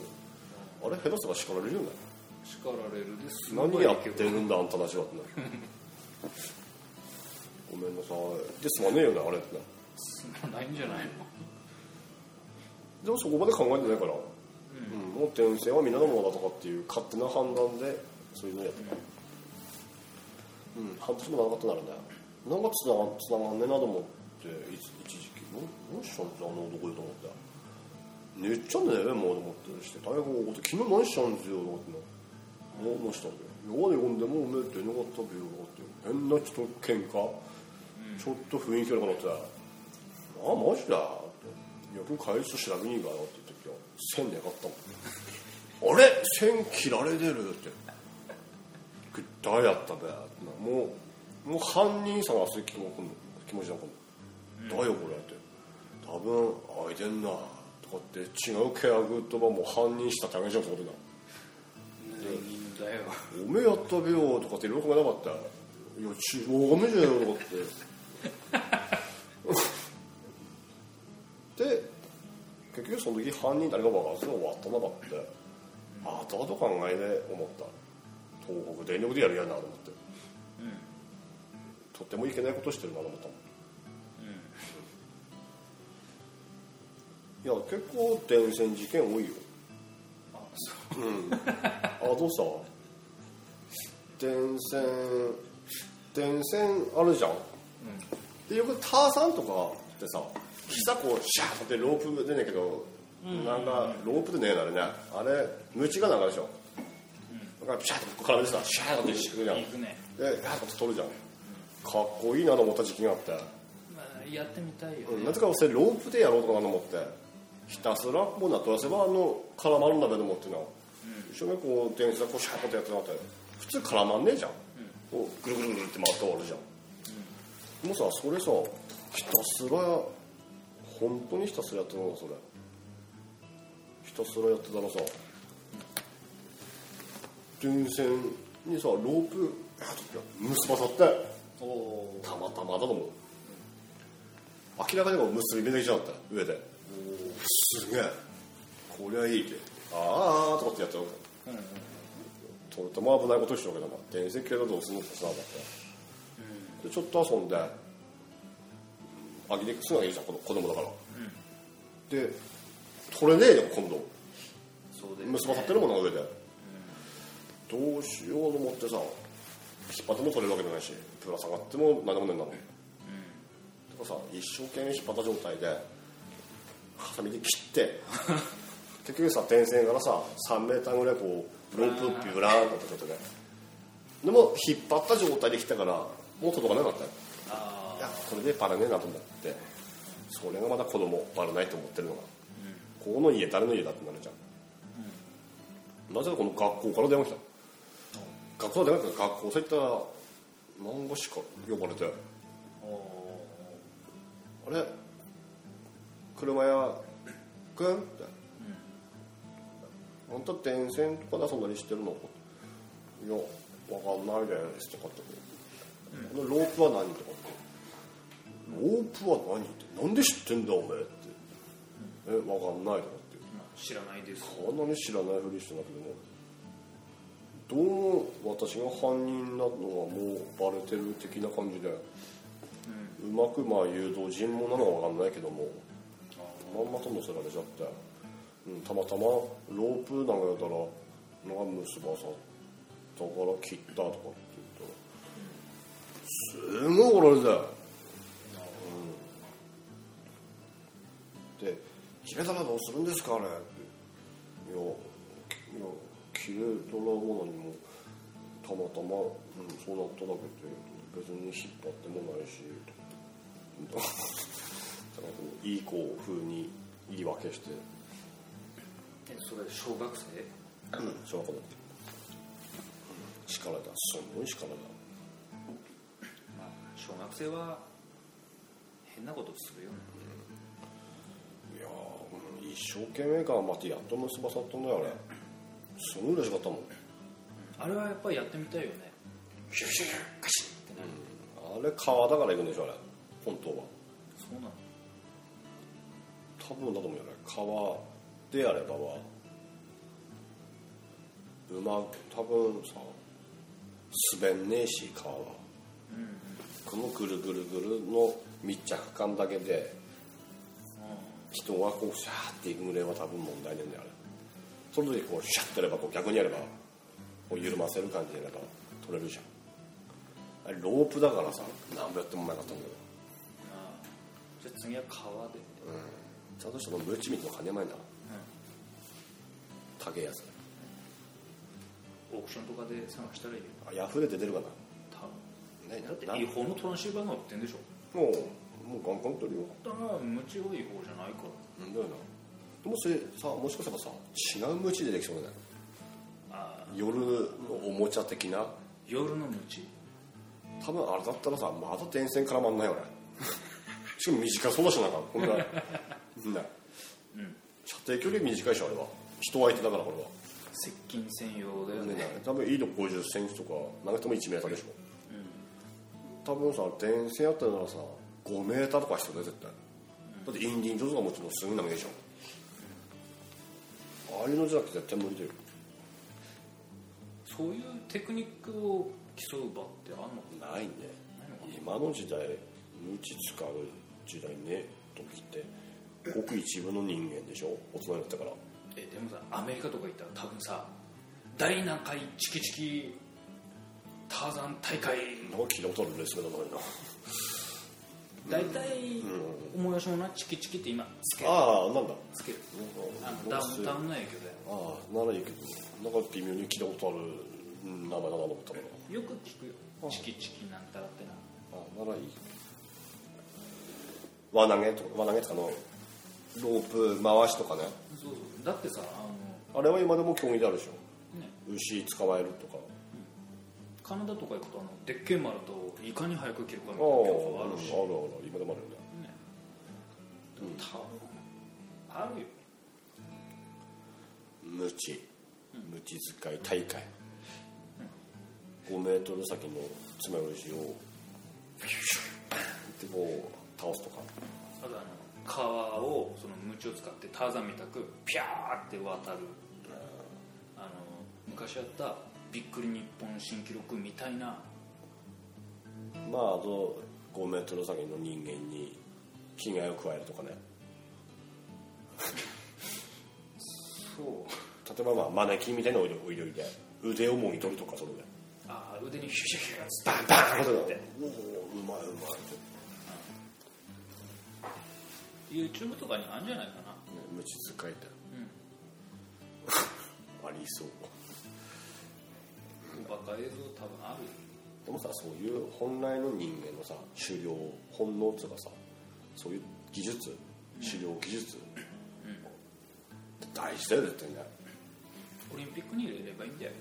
Speaker 2: あれ下手したら叱られるよね
Speaker 1: 叱られるです
Speaker 2: 何やってる
Speaker 1: の
Speaker 2: んだあんたたちは ってなごめんなさいで済まねえよねあれってな
Speaker 1: ないんじゃないの
Speaker 2: でもそこまで考えてないから、うんもう転生はみんなのものだとかっていう勝手な判断でそういうのやってた、うん半年もなかったならねなんかつながつながんねえなと思っていつ一時期もう何したんじゃあの男よと思って寝ちゃうんだよねもうと思ってして大変怒って昨日何したんですよと思ってなもう何したんだよ夜で読んでもう寝てなかったべよとかって変なちょっと喧嘩、ちょっと雰囲気悪くなってああマジだって「いや今日帰りちょっと調べに行くから」って言った時は線でやがったもんあれ線切られてるってぐったやったべってなもうもう犯人探す気もこの気持ちなのだよこれって多分開いてんなとかって違う契約とばもう犯人したってあげちゃうってことだ
Speaker 1: いだよ
Speaker 2: おめえやったべよとかって喜ばなかったいや違うわかんねえじゃねえよとかってで結局その時犯人誰か分からずに終わったなかって後々考えで思った東北電力でやるやんなと思って、とてもいけないことしてるなと思ったもんいや結構電線事件多いよ
Speaker 1: あそ
Speaker 2: あどうした電線電線あるじゃん、でよくターさんとかってさ膝こうシャーってロープでねえけど、なんかロープでねえなあれねあれムチがなんかでしょ、だからピシャーってこう絡めてさシャーってしてくるじゃん
Speaker 1: う行くね
Speaker 2: でえやっぱ撮るじゃんかっこいいなと思った時期があって、
Speaker 1: まあ、やってみたいよ
Speaker 2: うん
Speaker 1: ね、
Speaker 2: なぜか俺ロープでやろうとかなと思ってひたすらもうなっとらせばあの絡まるんだべと思ってな、一生懸命こう電車でこうシャーッとやってなかったら普通絡まんねえじゃん、こうぐるぐるぐるって回って終わるじゃん、でもさそれさひたすら本当にひたすらやってたのそれひたすらやってたらさ電線にさロープやっと結ばさって
Speaker 1: おおー
Speaker 2: たまたまだと思う明らかにこう結び目できちゃった上ですげえこりゃいいってああとかってやっちゃう
Speaker 1: うんうん
Speaker 2: とても危ないことしてるわけだから電線系だどうすんのかさだって、でちょっと遊んであげてすぐあげるじゃん子供子供だから、で取れねえよ今度
Speaker 1: そうで
Speaker 2: 結ばさってるもんな上で、どうしようと思ってさ引っ張っても取れるわけじゃないしぶら下がっても何でもねえんだもん、だからさ一生懸命引っ張った状態でハサミで切って結局さ電線からさ3メーターぐらいこうロープビュラーンってことででも引っ張った状態で来たからもう届かなかったよ
Speaker 1: あ
Speaker 2: いやこれでバレねえなと思ってそれがまだ子供バレないと思ってるのが、ここの家誰の家だってなるじゃん、なぜかこの学校から電話来た、学校から電話来た学校そういったら何護士か呼ばれてあ
Speaker 1: あお
Speaker 2: れ車屋くんって、あんた電線とかで遊んだりしてるのいやわかんないですとかって、このロープは何とかってロープは何ってなんで知ってんだお前ってえわかんないとかって
Speaker 1: ーまあ知らないです
Speaker 2: こんなに知らないふりしてんだけどもどうも私が犯人なのはもうバレてる的な感じで、うまくまあ誘導尋問なのはわかんないけどもまんまと乗せられちゃって、うん、たまたまロープなんかやったらなんか結ばさだから切ったとかって言ったらすごい怒られて。で「決めたらどうするんですかあれ」って「いやいや切れたらも何もたまたま、うん、そうなっただけで別に引っ張ってもないし」とかだからこういい子風に言い訳して
Speaker 1: えそれ小学生
Speaker 2: うん小学校だって叱られたすごい叱られた
Speaker 1: まあ小学生は変なことするよね
Speaker 2: いやー、うん一生懸命頑張ってやっと結ばさったんだよあれすごい嬉しかったもん
Speaker 1: あれはやっぱりやってみたいよね
Speaker 2: ヒュヒュヒュ
Speaker 1: ガシッってなる
Speaker 2: あれ川だから行くんでしょあれ本当は
Speaker 1: そうなの
Speaker 2: 多分だと思うよね川であればは馬多分さ滑んねえし川は、このぐるぐるぐるの密着感だけで人がこうシャーっていくぐらいは多分問題ねえんだよあれその時こうシャッとやればこう逆にやればこう緩ませる感じでやれば取れるじゃんあれロープだからさ何もやってもなかったんだよ
Speaker 1: ああじゃあ次は川で
Speaker 2: ちゃんとしたのムチミとの金前だ高えやつ
Speaker 1: オークションとかで探したらいいよ
Speaker 2: あヤフーで出てるかな
Speaker 1: 多分
Speaker 2: ないな
Speaker 1: だって
Speaker 2: な
Speaker 1: 違法のトランシーバーが売ってんでしょ
Speaker 2: もうもうガンガン取るよ
Speaker 1: だから無知は違法じゃないから
Speaker 2: なんだよなでもそれさもしかしたらさ違う無知でできそうだね
Speaker 1: ああ
Speaker 2: 夜のおもちゃ的な
Speaker 1: 夜の無知
Speaker 2: 多分あれだったらさまだ電線絡まんないよねしかも短そうだしなんか こんなね、射程距離短いしあれは人相手だからこれは
Speaker 1: 接近専用だよ
Speaker 2: ね
Speaker 1: ね
Speaker 2: 多分いいの50センチとか長くても1メーターでしょ、多分さ電線やったらさ5メーターとか必要だよ絶対だってインディン上手がもちろんすぐ投げでしょああいうのじゃなくて絶対無理だよ
Speaker 1: そういうテクニックを競う場ってあんの
Speaker 2: ないね今の時代無知使う時代ね時ってごく一部の人間でしょ大人になってから
Speaker 1: えでもさアメリカとか行ったら多分さ第何回チキチキターザン大会
Speaker 2: なんか聞いたことあるレースだからな
Speaker 1: 大体思い出しもんなチキチキって今つける
Speaker 2: ああなんだ
Speaker 1: つけるあ
Speaker 2: なん
Speaker 1: の
Speaker 2: か
Speaker 1: ダウンタウンの影響だ
Speaker 2: ああならいいけどなんか微妙に聞いたことあるうん名前だなと思ったから
Speaker 1: よよく聞くよ
Speaker 2: うん
Speaker 1: チキチキなんたらってな
Speaker 2: あならいい輪投げとか輪投げとかのロープ回しとかね
Speaker 1: そうそうだってさあの
Speaker 2: あれは今でも競技であるでしょ
Speaker 1: ね
Speaker 2: 牛捕まえるとか
Speaker 1: カナダとか行くとあのでっけえ丸といかに早く切るかみ
Speaker 2: あ
Speaker 1: たい
Speaker 2: あ
Speaker 1: な競争あ
Speaker 2: ある
Speaker 1: るし、
Speaker 2: ある今でもあるよね
Speaker 1: ねでも多分あるよ
Speaker 2: 無知無知遣い大会5メートル先の爪よしをピュッてこう倒すとか
Speaker 1: あとあの川をそのムチを使ってターザンみたくピャーって渡るあの昔やったびっくり日本新記録みたいな
Speaker 2: まああと5メートル先の人間に危害を加えるとかね
Speaker 1: そう
Speaker 2: 例えばまあマネキンみたいなのを置いといて腕をもぎ取るとかそれで
Speaker 1: ああ腕にヒュシュヒュッバン
Speaker 2: バーンっておおうまいうまいって
Speaker 1: YouTube とかにあるんじゃないかな
Speaker 2: 無知遣いって、ありそう
Speaker 1: バカ映像多分あるよ
Speaker 2: でもさそういう本来の人間のさ狩猟本能っつうかさそういう技術狩猟技術、大事だよねってね
Speaker 1: オリンピックに入れればいいんだよ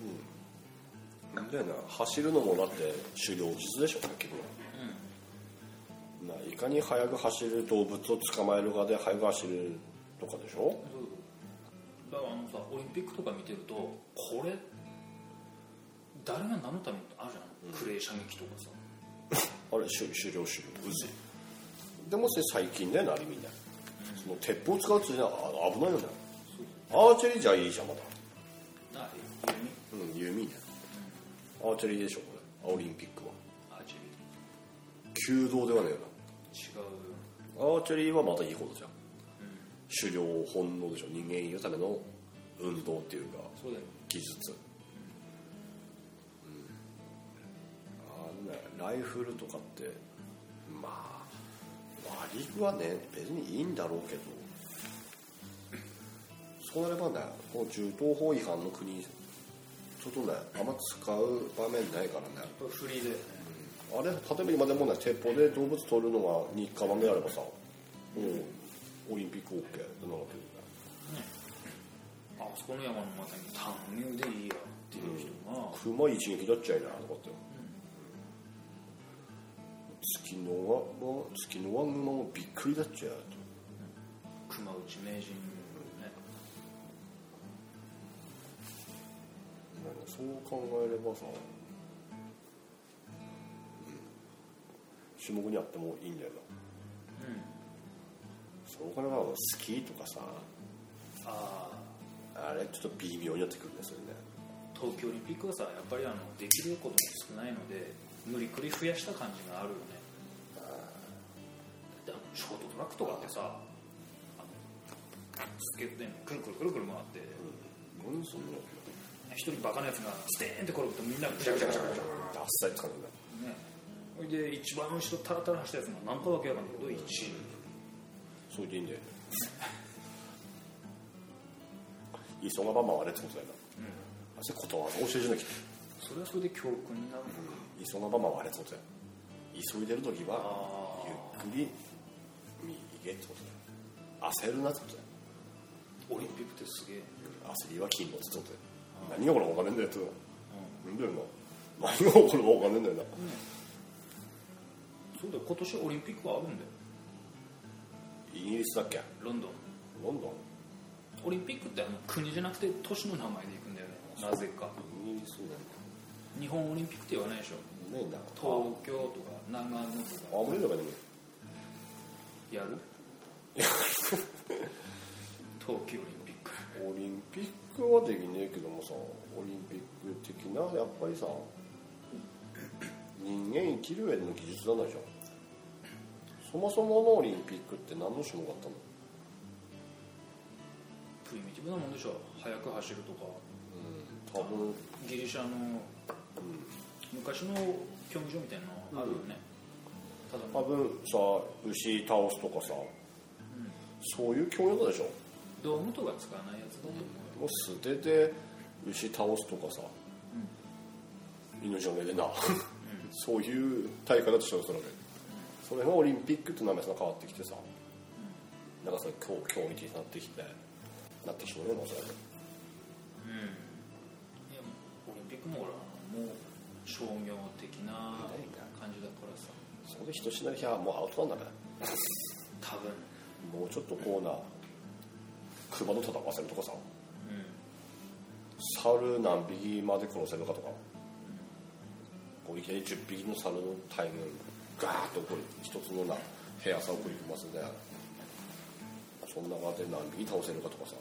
Speaker 2: なんだよな走るのもだって狩猟術でしょ結局な、いかに速く走る動物を捕まえるかで速く走るとかでしょ
Speaker 1: そうだからあのさオリンピックとか見てるとこれ誰が何のためにあるじゃん、クレー射撃とかさ
Speaker 2: あれ狩狩猟狩猟渦でもそれ最近だよなあれみんなその鉄砲使うっつうじゃ危ないよね
Speaker 1: そう
Speaker 2: アーチェリーじゃいいじゃんまだ
Speaker 1: なあ
Speaker 2: うん弓ねアーチェリーでしょこれオリンピックは
Speaker 1: アーチェ
Speaker 2: 弓道ではねえよ
Speaker 1: リー違うよ
Speaker 2: なアーチェリーはまたいいことじゃん、狩猟本能でしょ人間いるための運動っていうか
Speaker 1: そうだよ
Speaker 2: 技術、うん、あのねライフルとかってまあ悪くはね別にいいんだろうけどそうなればねこの銃刀法違反の国ちょっとねあんま使う場面ないからね
Speaker 1: やっぱフリーだよね
Speaker 2: あれ例えば今でもね鉄砲で動物取るのが日課なんであればさ、もうオリンピック OK ってなるわけ
Speaker 1: あそこの山のまたに単入でいいやっていう人が、
Speaker 2: クマ一撃だっちゃいなとかって、月の輪も月の輪グマもびっくりだっちゃう
Speaker 1: 熊内名人ね
Speaker 2: とそう考えればさ、うん、種目にあってもいいんだよなそう考えればスキーとかさ
Speaker 1: ああ
Speaker 2: あれちょっと微妙になってくるんですよね
Speaker 1: 東京オリンピックはさやっぱりあのできることも少ないので無理くり増やした感じがあるよねだってあのショートトラックとかってさあのスケートでくるくるくるくる回って
Speaker 2: うん何そんなの
Speaker 1: 一人バカなやつがステーンって転ぶとみんなぐちゃぐちゃぐちゃぐちゃ
Speaker 2: ダッサいつかね
Speaker 1: ねほいで一番後ろタラタラ走ったやつが何かわけやかんないけど1
Speaker 2: それでいいんだよね急がば回れってことだよなあそれことわざ教えじゃなきゃ
Speaker 1: それはそれで教訓になるのか
Speaker 2: 急がば回れってことだよ急いでる時は
Speaker 1: あ
Speaker 2: ゆっくり右行けってことだよ焦るなってことだよ
Speaker 1: オリンピックってすげえ、うん、
Speaker 2: 焦りは禁物ってことだよ何がこれ分かんねえんだよってなんだよな何がこれ分かんねえんだよな
Speaker 1: そうだよ今年オリンピックはあるんだよ
Speaker 2: イギリスだっけ
Speaker 1: ロンドン
Speaker 2: ロンド
Speaker 1: オリンピックってあの国じゃなくて都市の名前で行くんだよねなぜか
Speaker 2: ンイギリス
Speaker 1: 日本オリンピックって言わないでしょ
Speaker 2: だよねえな
Speaker 1: 東京とか長野とか
Speaker 2: あ無理だからね
Speaker 1: や る冬季オリンピック
Speaker 2: オリンピックはできねえけどもさオリンピック的なやっぱりさ人間生きる上での技術なんだじゃんそもそものオリンピックって何の種目だったの
Speaker 1: プリミティブなもんでしょ速く走るとか
Speaker 2: 多分
Speaker 1: ギリシャの、昔の競技場みたいなのあるよね、ただ
Speaker 2: 多分さ牛倒すとかさ、そういう競技だったでしょ
Speaker 1: ドームとか使わないやつだと思うよ
Speaker 2: もう捨てて牛倒すとかさ、命をあげてな、 そういう大会だと称するわけそれがオリンピックって名前が変わってきてさなんかそれ競競技になってきてなってきてもねもうそれ
Speaker 1: うんいやオリンピックもほらもう商業的な感じだからさ
Speaker 2: そこで人しなきゃもうアウトなんだね
Speaker 1: 多分
Speaker 2: もうちょっとこうな車の戦わせるとかさ
Speaker 1: うん
Speaker 2: 猿何匹まで殺せるかとかこういきなり10匹の猿の大群ガーッとこう一つのな部屋さを食い込ますねそんな感じで何匹倒せるかとかさ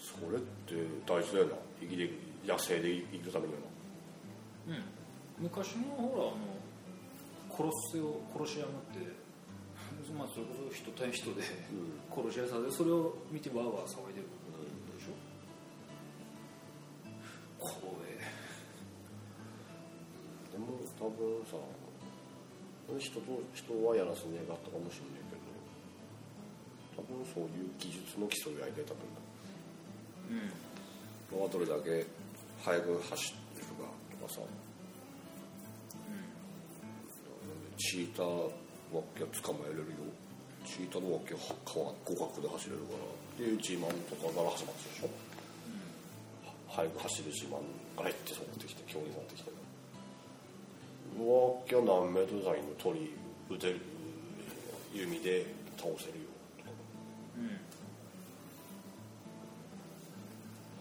Speaker 2: それって大事だよな生きていく野生で生きるためには
Speaker 1: うん昔のほらあの殺せを殺し屋もってまあそれこそ人対人で殺し屋さんでそれを見てわーわー騒いでるでしょ怖え
Speaker 2: なでも多分さ人と人はやらせねえかったかもしれないけど多分そういう技術の競い合いで多分
Speaker 1: うん
Speaker 2: のがどれだけ速く走ってるかとかさ、チーターワッキャ捕まえれるよチーターのワッキャは川互角で走れるからっていう自慢とかから始まってるでしょ、速く走る自慢が入ってそうなってきて競技になってきてワッキャ何メートル台の鳥打てる弓で倒せるよとか
Speaker 1: うん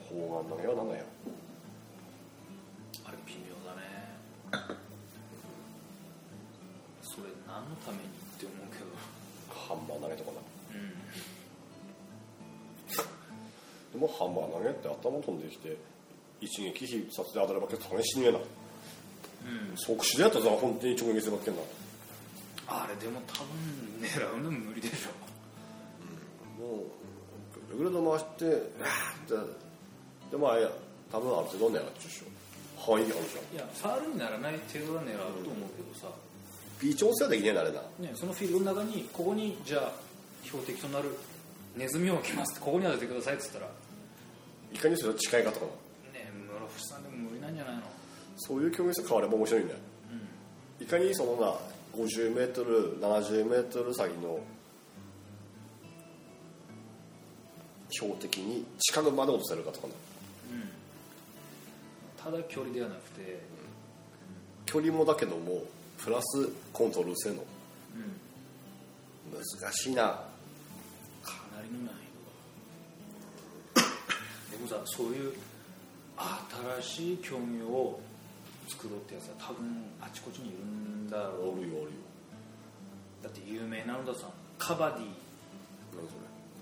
Speaker 2: 砲丸投げはなんだよ
Speaker 1: あれ微妙だねそれ何のためにって思うけど
Speaker 2: ハンマー投げとかな
Speaker 1: うん
Speaker 2: でもハンマー投げって頭飛んできて一撃必殺で当たるわけ試しにえな
Speaker 1: うん
Speaker 2: 即死でやったら本当に直撃するわけな
Speaker 1: あれでも多分狙うの無理でしょ
Speaker 2: もうぐるぐると回してあーってでもあれや多分ある程度狙っちゃうでしょ範囲があるじゃん
Speaker 1: いやファールにならない程度は狙うと思うけどさ、
Speaker 2: 微調整はできねえなあれな
Speaker 1: ね、そのフィールドの中にここにじゃあ標的となるネズミを置きますってここに当ててくださいっつったらね
Speaker 2: いかにそれが近いかとかな
Speaker 1: 室伏さんでも無理なんじゃないの
Speaker 2: そういう競技性変われば面白いんだよいかにそのな 50m70m 先の標的に近くまで落とせるかとかな
Speaker 1: ただ距離ではなくて
Speaker 2: 距離もだけどもプラスコントロール性の
Speaker 1: うん
Speaker 2: 難しいな
Speaker 1: かなりの難易度だでもさそういう新しい競技を作ろうってやつは多分あちこちにいるんだ
Speaker 2: おる
Speaker 1: ろ
Speaker 2: よおるよ
Speaker 1: うだって有名なのださカバディ
Speaker 2: 何そ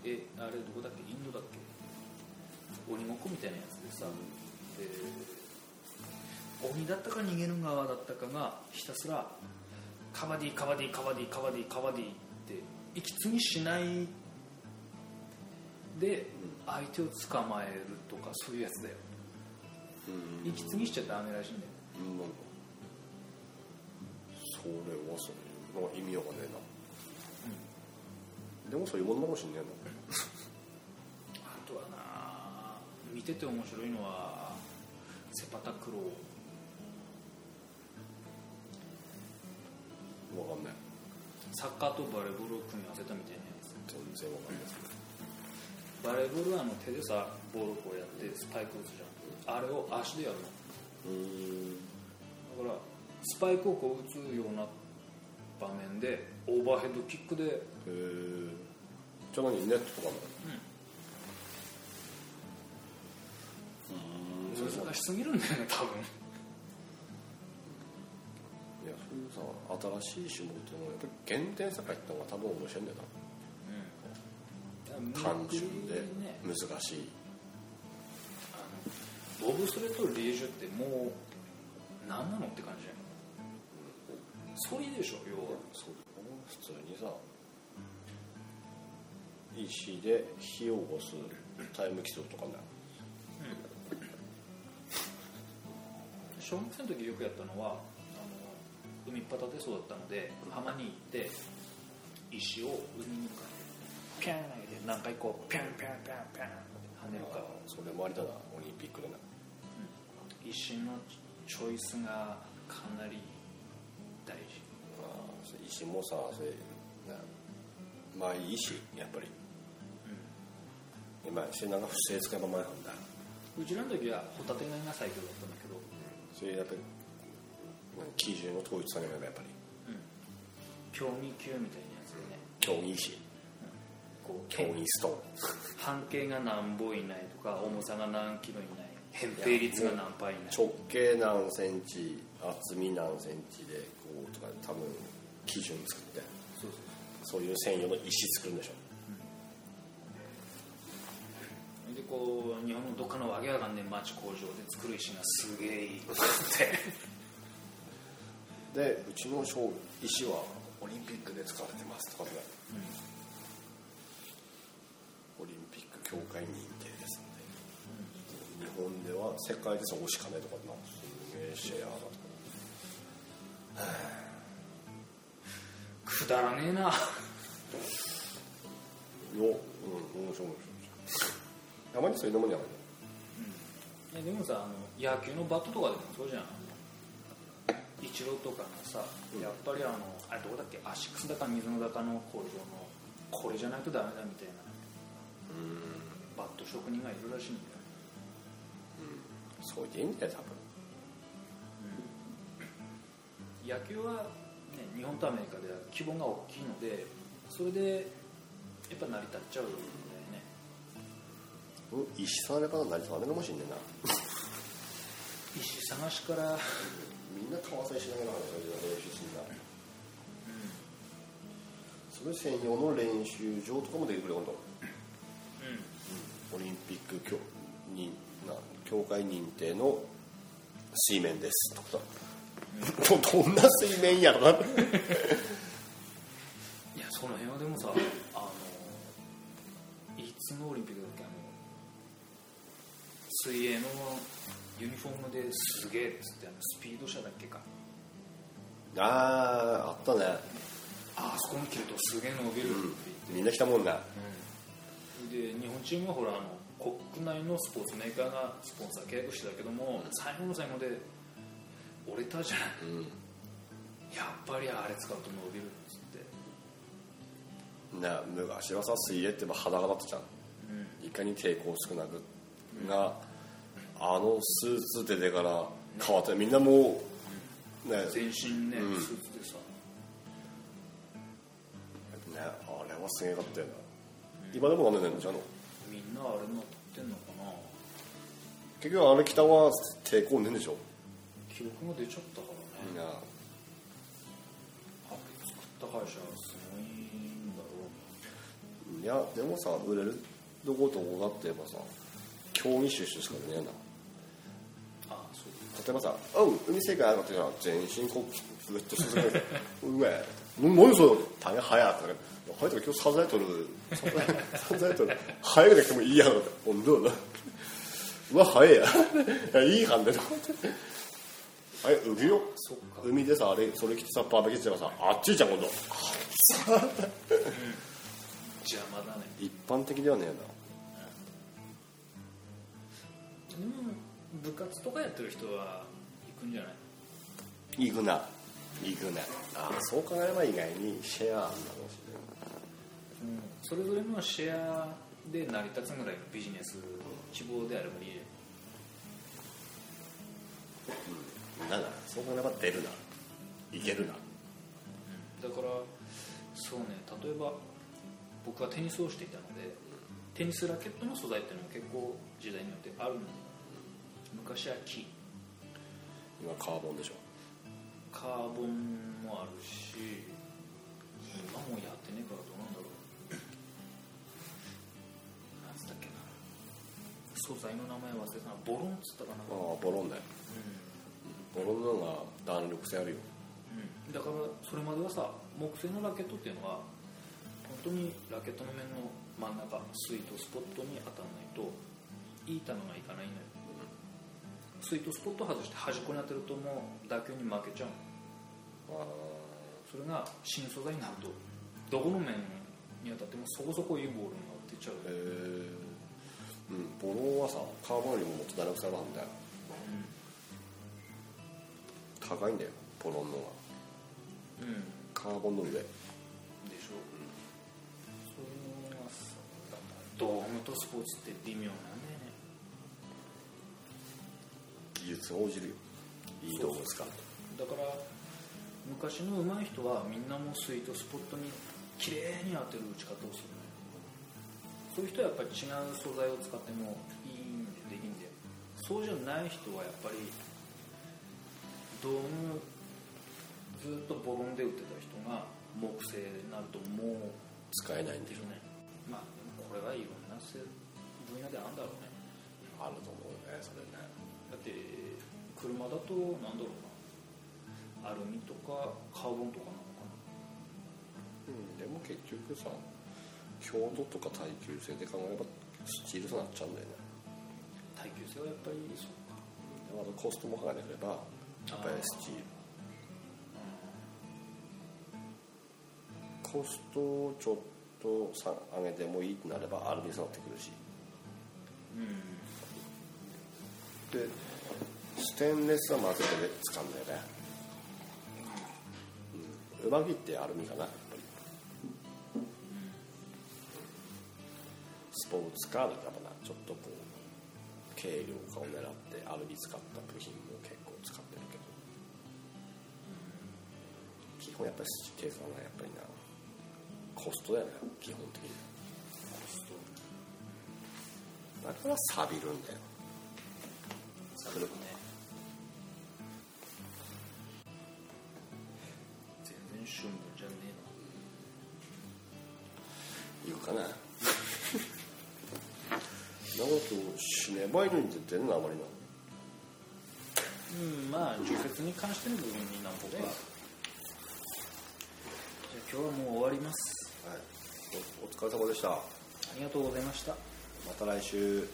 Speaker 1: えあれどこだっけインドだっけ鬼ごっこみたいなやつでさ、で鬼だったか逃げる側だったかがひたすらカバディカバディカバディカバディカバディって息継ぎしないで相手を捕まえるとかそういうやつだよ
Speaker 2: れうん
Speaker 1: 息継ぎしちゃダメらしいんだよ
Speaker 2: うんなんかそれはそれなんか意味わかんねえな、でもそういうものかもしんねえな
Speaker 1: あとはな見てて面白いのはセパタクロー
Speaker 2: わかんない
Speaker 1: サッカーとバレーボールを組み合わせたみたいなやつ
Speaker 2: 全然わかんないです
Speaker 1: バレーボールはあの手でさボールこうやってスパイク打つじゃんあれを足でやるの
Speaker 2: うん
Speaker 1: だからスパイクをこう打つような場面でオーバーヘッドキックで
Speaker 2: へえじゃあ何ネットとかもうんそうそう
Speaker 1: 難しすぎるんだよね多分
Speaker 2: いやそういうさ新しい種目っていうのはやっぱり原点さ入った方が多分面白いんだよな単純で
Speaker 1: ね
Speaker 2: 難しい
Speaker 1: ボブスレとリージュってもう何なのって感じじゃんそれでしょ要は
Speaker 2: そう普通にさ石で火を起こすタイム競うとかね
Speaker 1: 小学生の時よくやったのはあの海っ端で育ったので浜に行って石を海に向かってピャン投げて何回こうピャンピャンピャンピャンって跳ねるか
Speaker 2: それもありだなオリンピックでな
Speaker 1: 石のチョイスがかなり大事
Speaker 2: まあそれ石もさそれ、ね、まあいい石やっぱり、今品川不正使いままやんだ
Speaker 1: うちらの時はホタテが今最強だったんだけど
Speaker 2: それやっぱりうん基準を統一されればやっぱり
Speaker 1: 興味級みたいなやつでね
Speaker 2: 競技石
Speaker 1: こう
Speaker 2: 競技ストー
Speaker 1: 半
Speaker 2: ン
Speaker 1: 径が何本以内とか重さが何キロ以内
Speaker 2: いや
Speaker 1: 比率が何倍以内
Speaker 2: 直径何センチ厚み何センチでこうとか多分基準作って
Speaker 1: そうそう
Speaker 2: そういう専用の石作るんでしょ
Speaker 1: そうでこう日本のどっかのわけわかんねえ町工場で作る石がすげえいいとか
Speaker 2: でうちの商石はオリンピックで使われてますとかね、オリンピック協会認定ですので、日本では世界でそこしかないとかなんかすげえシェアだとか
Speaker 1: くだらねえな
Speaker 2: ようん面白い面白いたまにそういうのもんじゃない
Speaker 1: いやでもさあの野球のバットとかでもそうじゃんイチローとかのさ
Speaker 2: うん
Speaker 1: やっぱりあのあれどこだっけアシックスだか水のだかの工場のこれじゃないとダメだみたいな
Speaker 2: のうん
Speaker 1: バット職人がいるらしいんだよ
Speaker 2: そう言っていいんだよ多分
Speaker 1: 野球は、ね、日本とアメリカでは規模が大きいのでそれでやっぱ成り立っちゃうんだよね
Speaker 2: うん石触れ方何触れるかもしんねえな
Speaker 1: 石探しから
Speaker 2: みんな川崎しながら練習するんだ、それ専用の練習場とかも出てくるよ今度オリンピック協にな協会認定の水面ですとか、どんな水面やろな
Speaker 1: いやその辺はでもさあのいつのオリンピックだっけあの水泳のユニフォームですげえっつってあのスピード車だっけか
Speaker 2: あーあったね
Speaker 1: ああそこに切るとすげえ伸びるって
Speaker 2: みんな来たもんね
Speaker 1: 言って、で日本チームはほらあの国内のスポーツメーカーがスポンサー契約してたけども最後の最後で折れたじゃない
Speaker 2: うん
Speaker 1: やっぱりあれ使うと伸びるっつって
Speaker 2: ね昔はさ水泳ってば裸だったじゃん
Speaker 1: うん
Speaker 2: いかに抵抗少なくが、あのスーツ出てから変わってみんなもうね
Speaker 1: 全身ね、
Speaker 2: うん
Speaker 1: スーツでさ
Speaker 2: ねあれはすげえかったよな、今でもなんでないのじゃんの
Speaker 1: みんなあれ乗ってんのかな
Speaker 2: 結局あれ北は抵抗ねえんでしょ、
Speaker 1: 記録が出ちゃったからね、
Speaker 2: いや
Speaker 1: あれ作った会社はすごいんだろう
Speaker 2: いやでもさ売れるどことこだって言えばさ競技収集しか出ねえな
Speaker 1: あそう
Speaker 2: 例えばさ「うん海世界上がってな全身こうずっと進めてうめえ何それ大変早い」って言ったら「早いとか今日サザエ取るサザエサザエ取る早くなくてもいいやろ」って「本当だうわ早いやいやいい判定だ」あれ海よ
Speaker 1: そっか
Speaker 2: 海でさあれそれ着てさバーベキューしてればさあっちいじゃん今度
Speaker 1: 邪魔だね
Speaker 2: 一般的ではねえな
Speaker 1: でも部活とかやってる人は行くんじゃない
Speaker 2: 行くな行くなああそう考えれば意外にシェアあんだろうしね
Speaker 1: それぞれのシェアで成り立つぐらいのビジネス希望であればいいよ
Speaker 2: だからそう考えれば出るな行けるな
Speaker 1: だからそうね例えば僕はテニスをしていたのでテニスラケットの素材っていうのも結構時代によってあるので昔は木
Speaker 2: 今カーボンでしょ
Speaker 1: カーボンもあるし今もうやってねえからどうなんだろうなんつったっけな素材の名前忘れたなボロンっつったかな
Speaker 2: ああボロンだよボロンの方が弾力性あるよ
Speaker 1: うん、だからそれまではさ木製のラケットっていうのは本当にラケットの面の真ん中スイートスポットに当たらないといい球がいかないのよスイートスポット外して端っこに当てるともう打球に負けちゃうの
Speaker 2: ああ
Speaker 1: それが新素材になるとどこの面に当たってもそこそこいいボールが打てちゃう
Speaker 2: へえうんボロンはさカーボンよりももっと弾力性あるはずだよ高いんだよポロンのは
Speaker 1: うん
Speaker 2: カーボンの上
Speaker 1: でしょそれはそうだなドームとスポーツって微妙なんだよね
Speaker 2: 技術が応じるよいい道具使うと
Speaker 1: だから昔の上手い人はみんなもうスイートスポットに綺麗に当てる打ち方をするのよそういう人はやっぱり違う素材を使ってもいいんでできんでそうじゃない人はやっぱりドームずっとボロンで打ってた人が木製になるともう
Speaker 2: 使えないん
Speaker 1: でき
Speaker 2: でし
Speaker 1: ないまあこれはいろんなせ分野であるんだろうね
Speaker 2: ょあると思うねそれね
Speaker 1: だって車だとなんだろうなアルミとかカーボンとかなのかな
Speaker 2: うんでも結局さ強度とか耐久性で考えればスチールとなっちゃうんだよね
Speaker 1: 耐久性はやっぱりそうか
Speaker 2: であとコストも考えてくればやっぱりスチールコストをちょっとさ上げてもいいってなればアルミになってくるし
Speaker 1: うん
Speaker 2: でステンレスは混ぜて使うんだよね、うん、上着ってアルミかなやっぱりスポーツカーだからなちょっとこう軽量化を狙ってアルミ使った部品も結構使ってるけど基本やっぱりスチールはねやっぱりなコストだよね基本的に
Speaker 1: コスト
Speaker 2: だから錆びるんだよ
Speaker 1: そうだね全然旬分じゃね
Speaker 2: 言うかななんか今日死ねばいいのに出てんのあまりな
Speaker 1: えなうんまあ除雪に関しての部分になんぼかじゃあ今日はもう終わります
Speaker 2: はい、おお疲れ様でしたま
Speaker 1: ありがとうございました
Speaker 2: た来週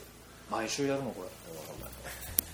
Speaker 1: 毎週やるのこれ
Speaker 2: わかんない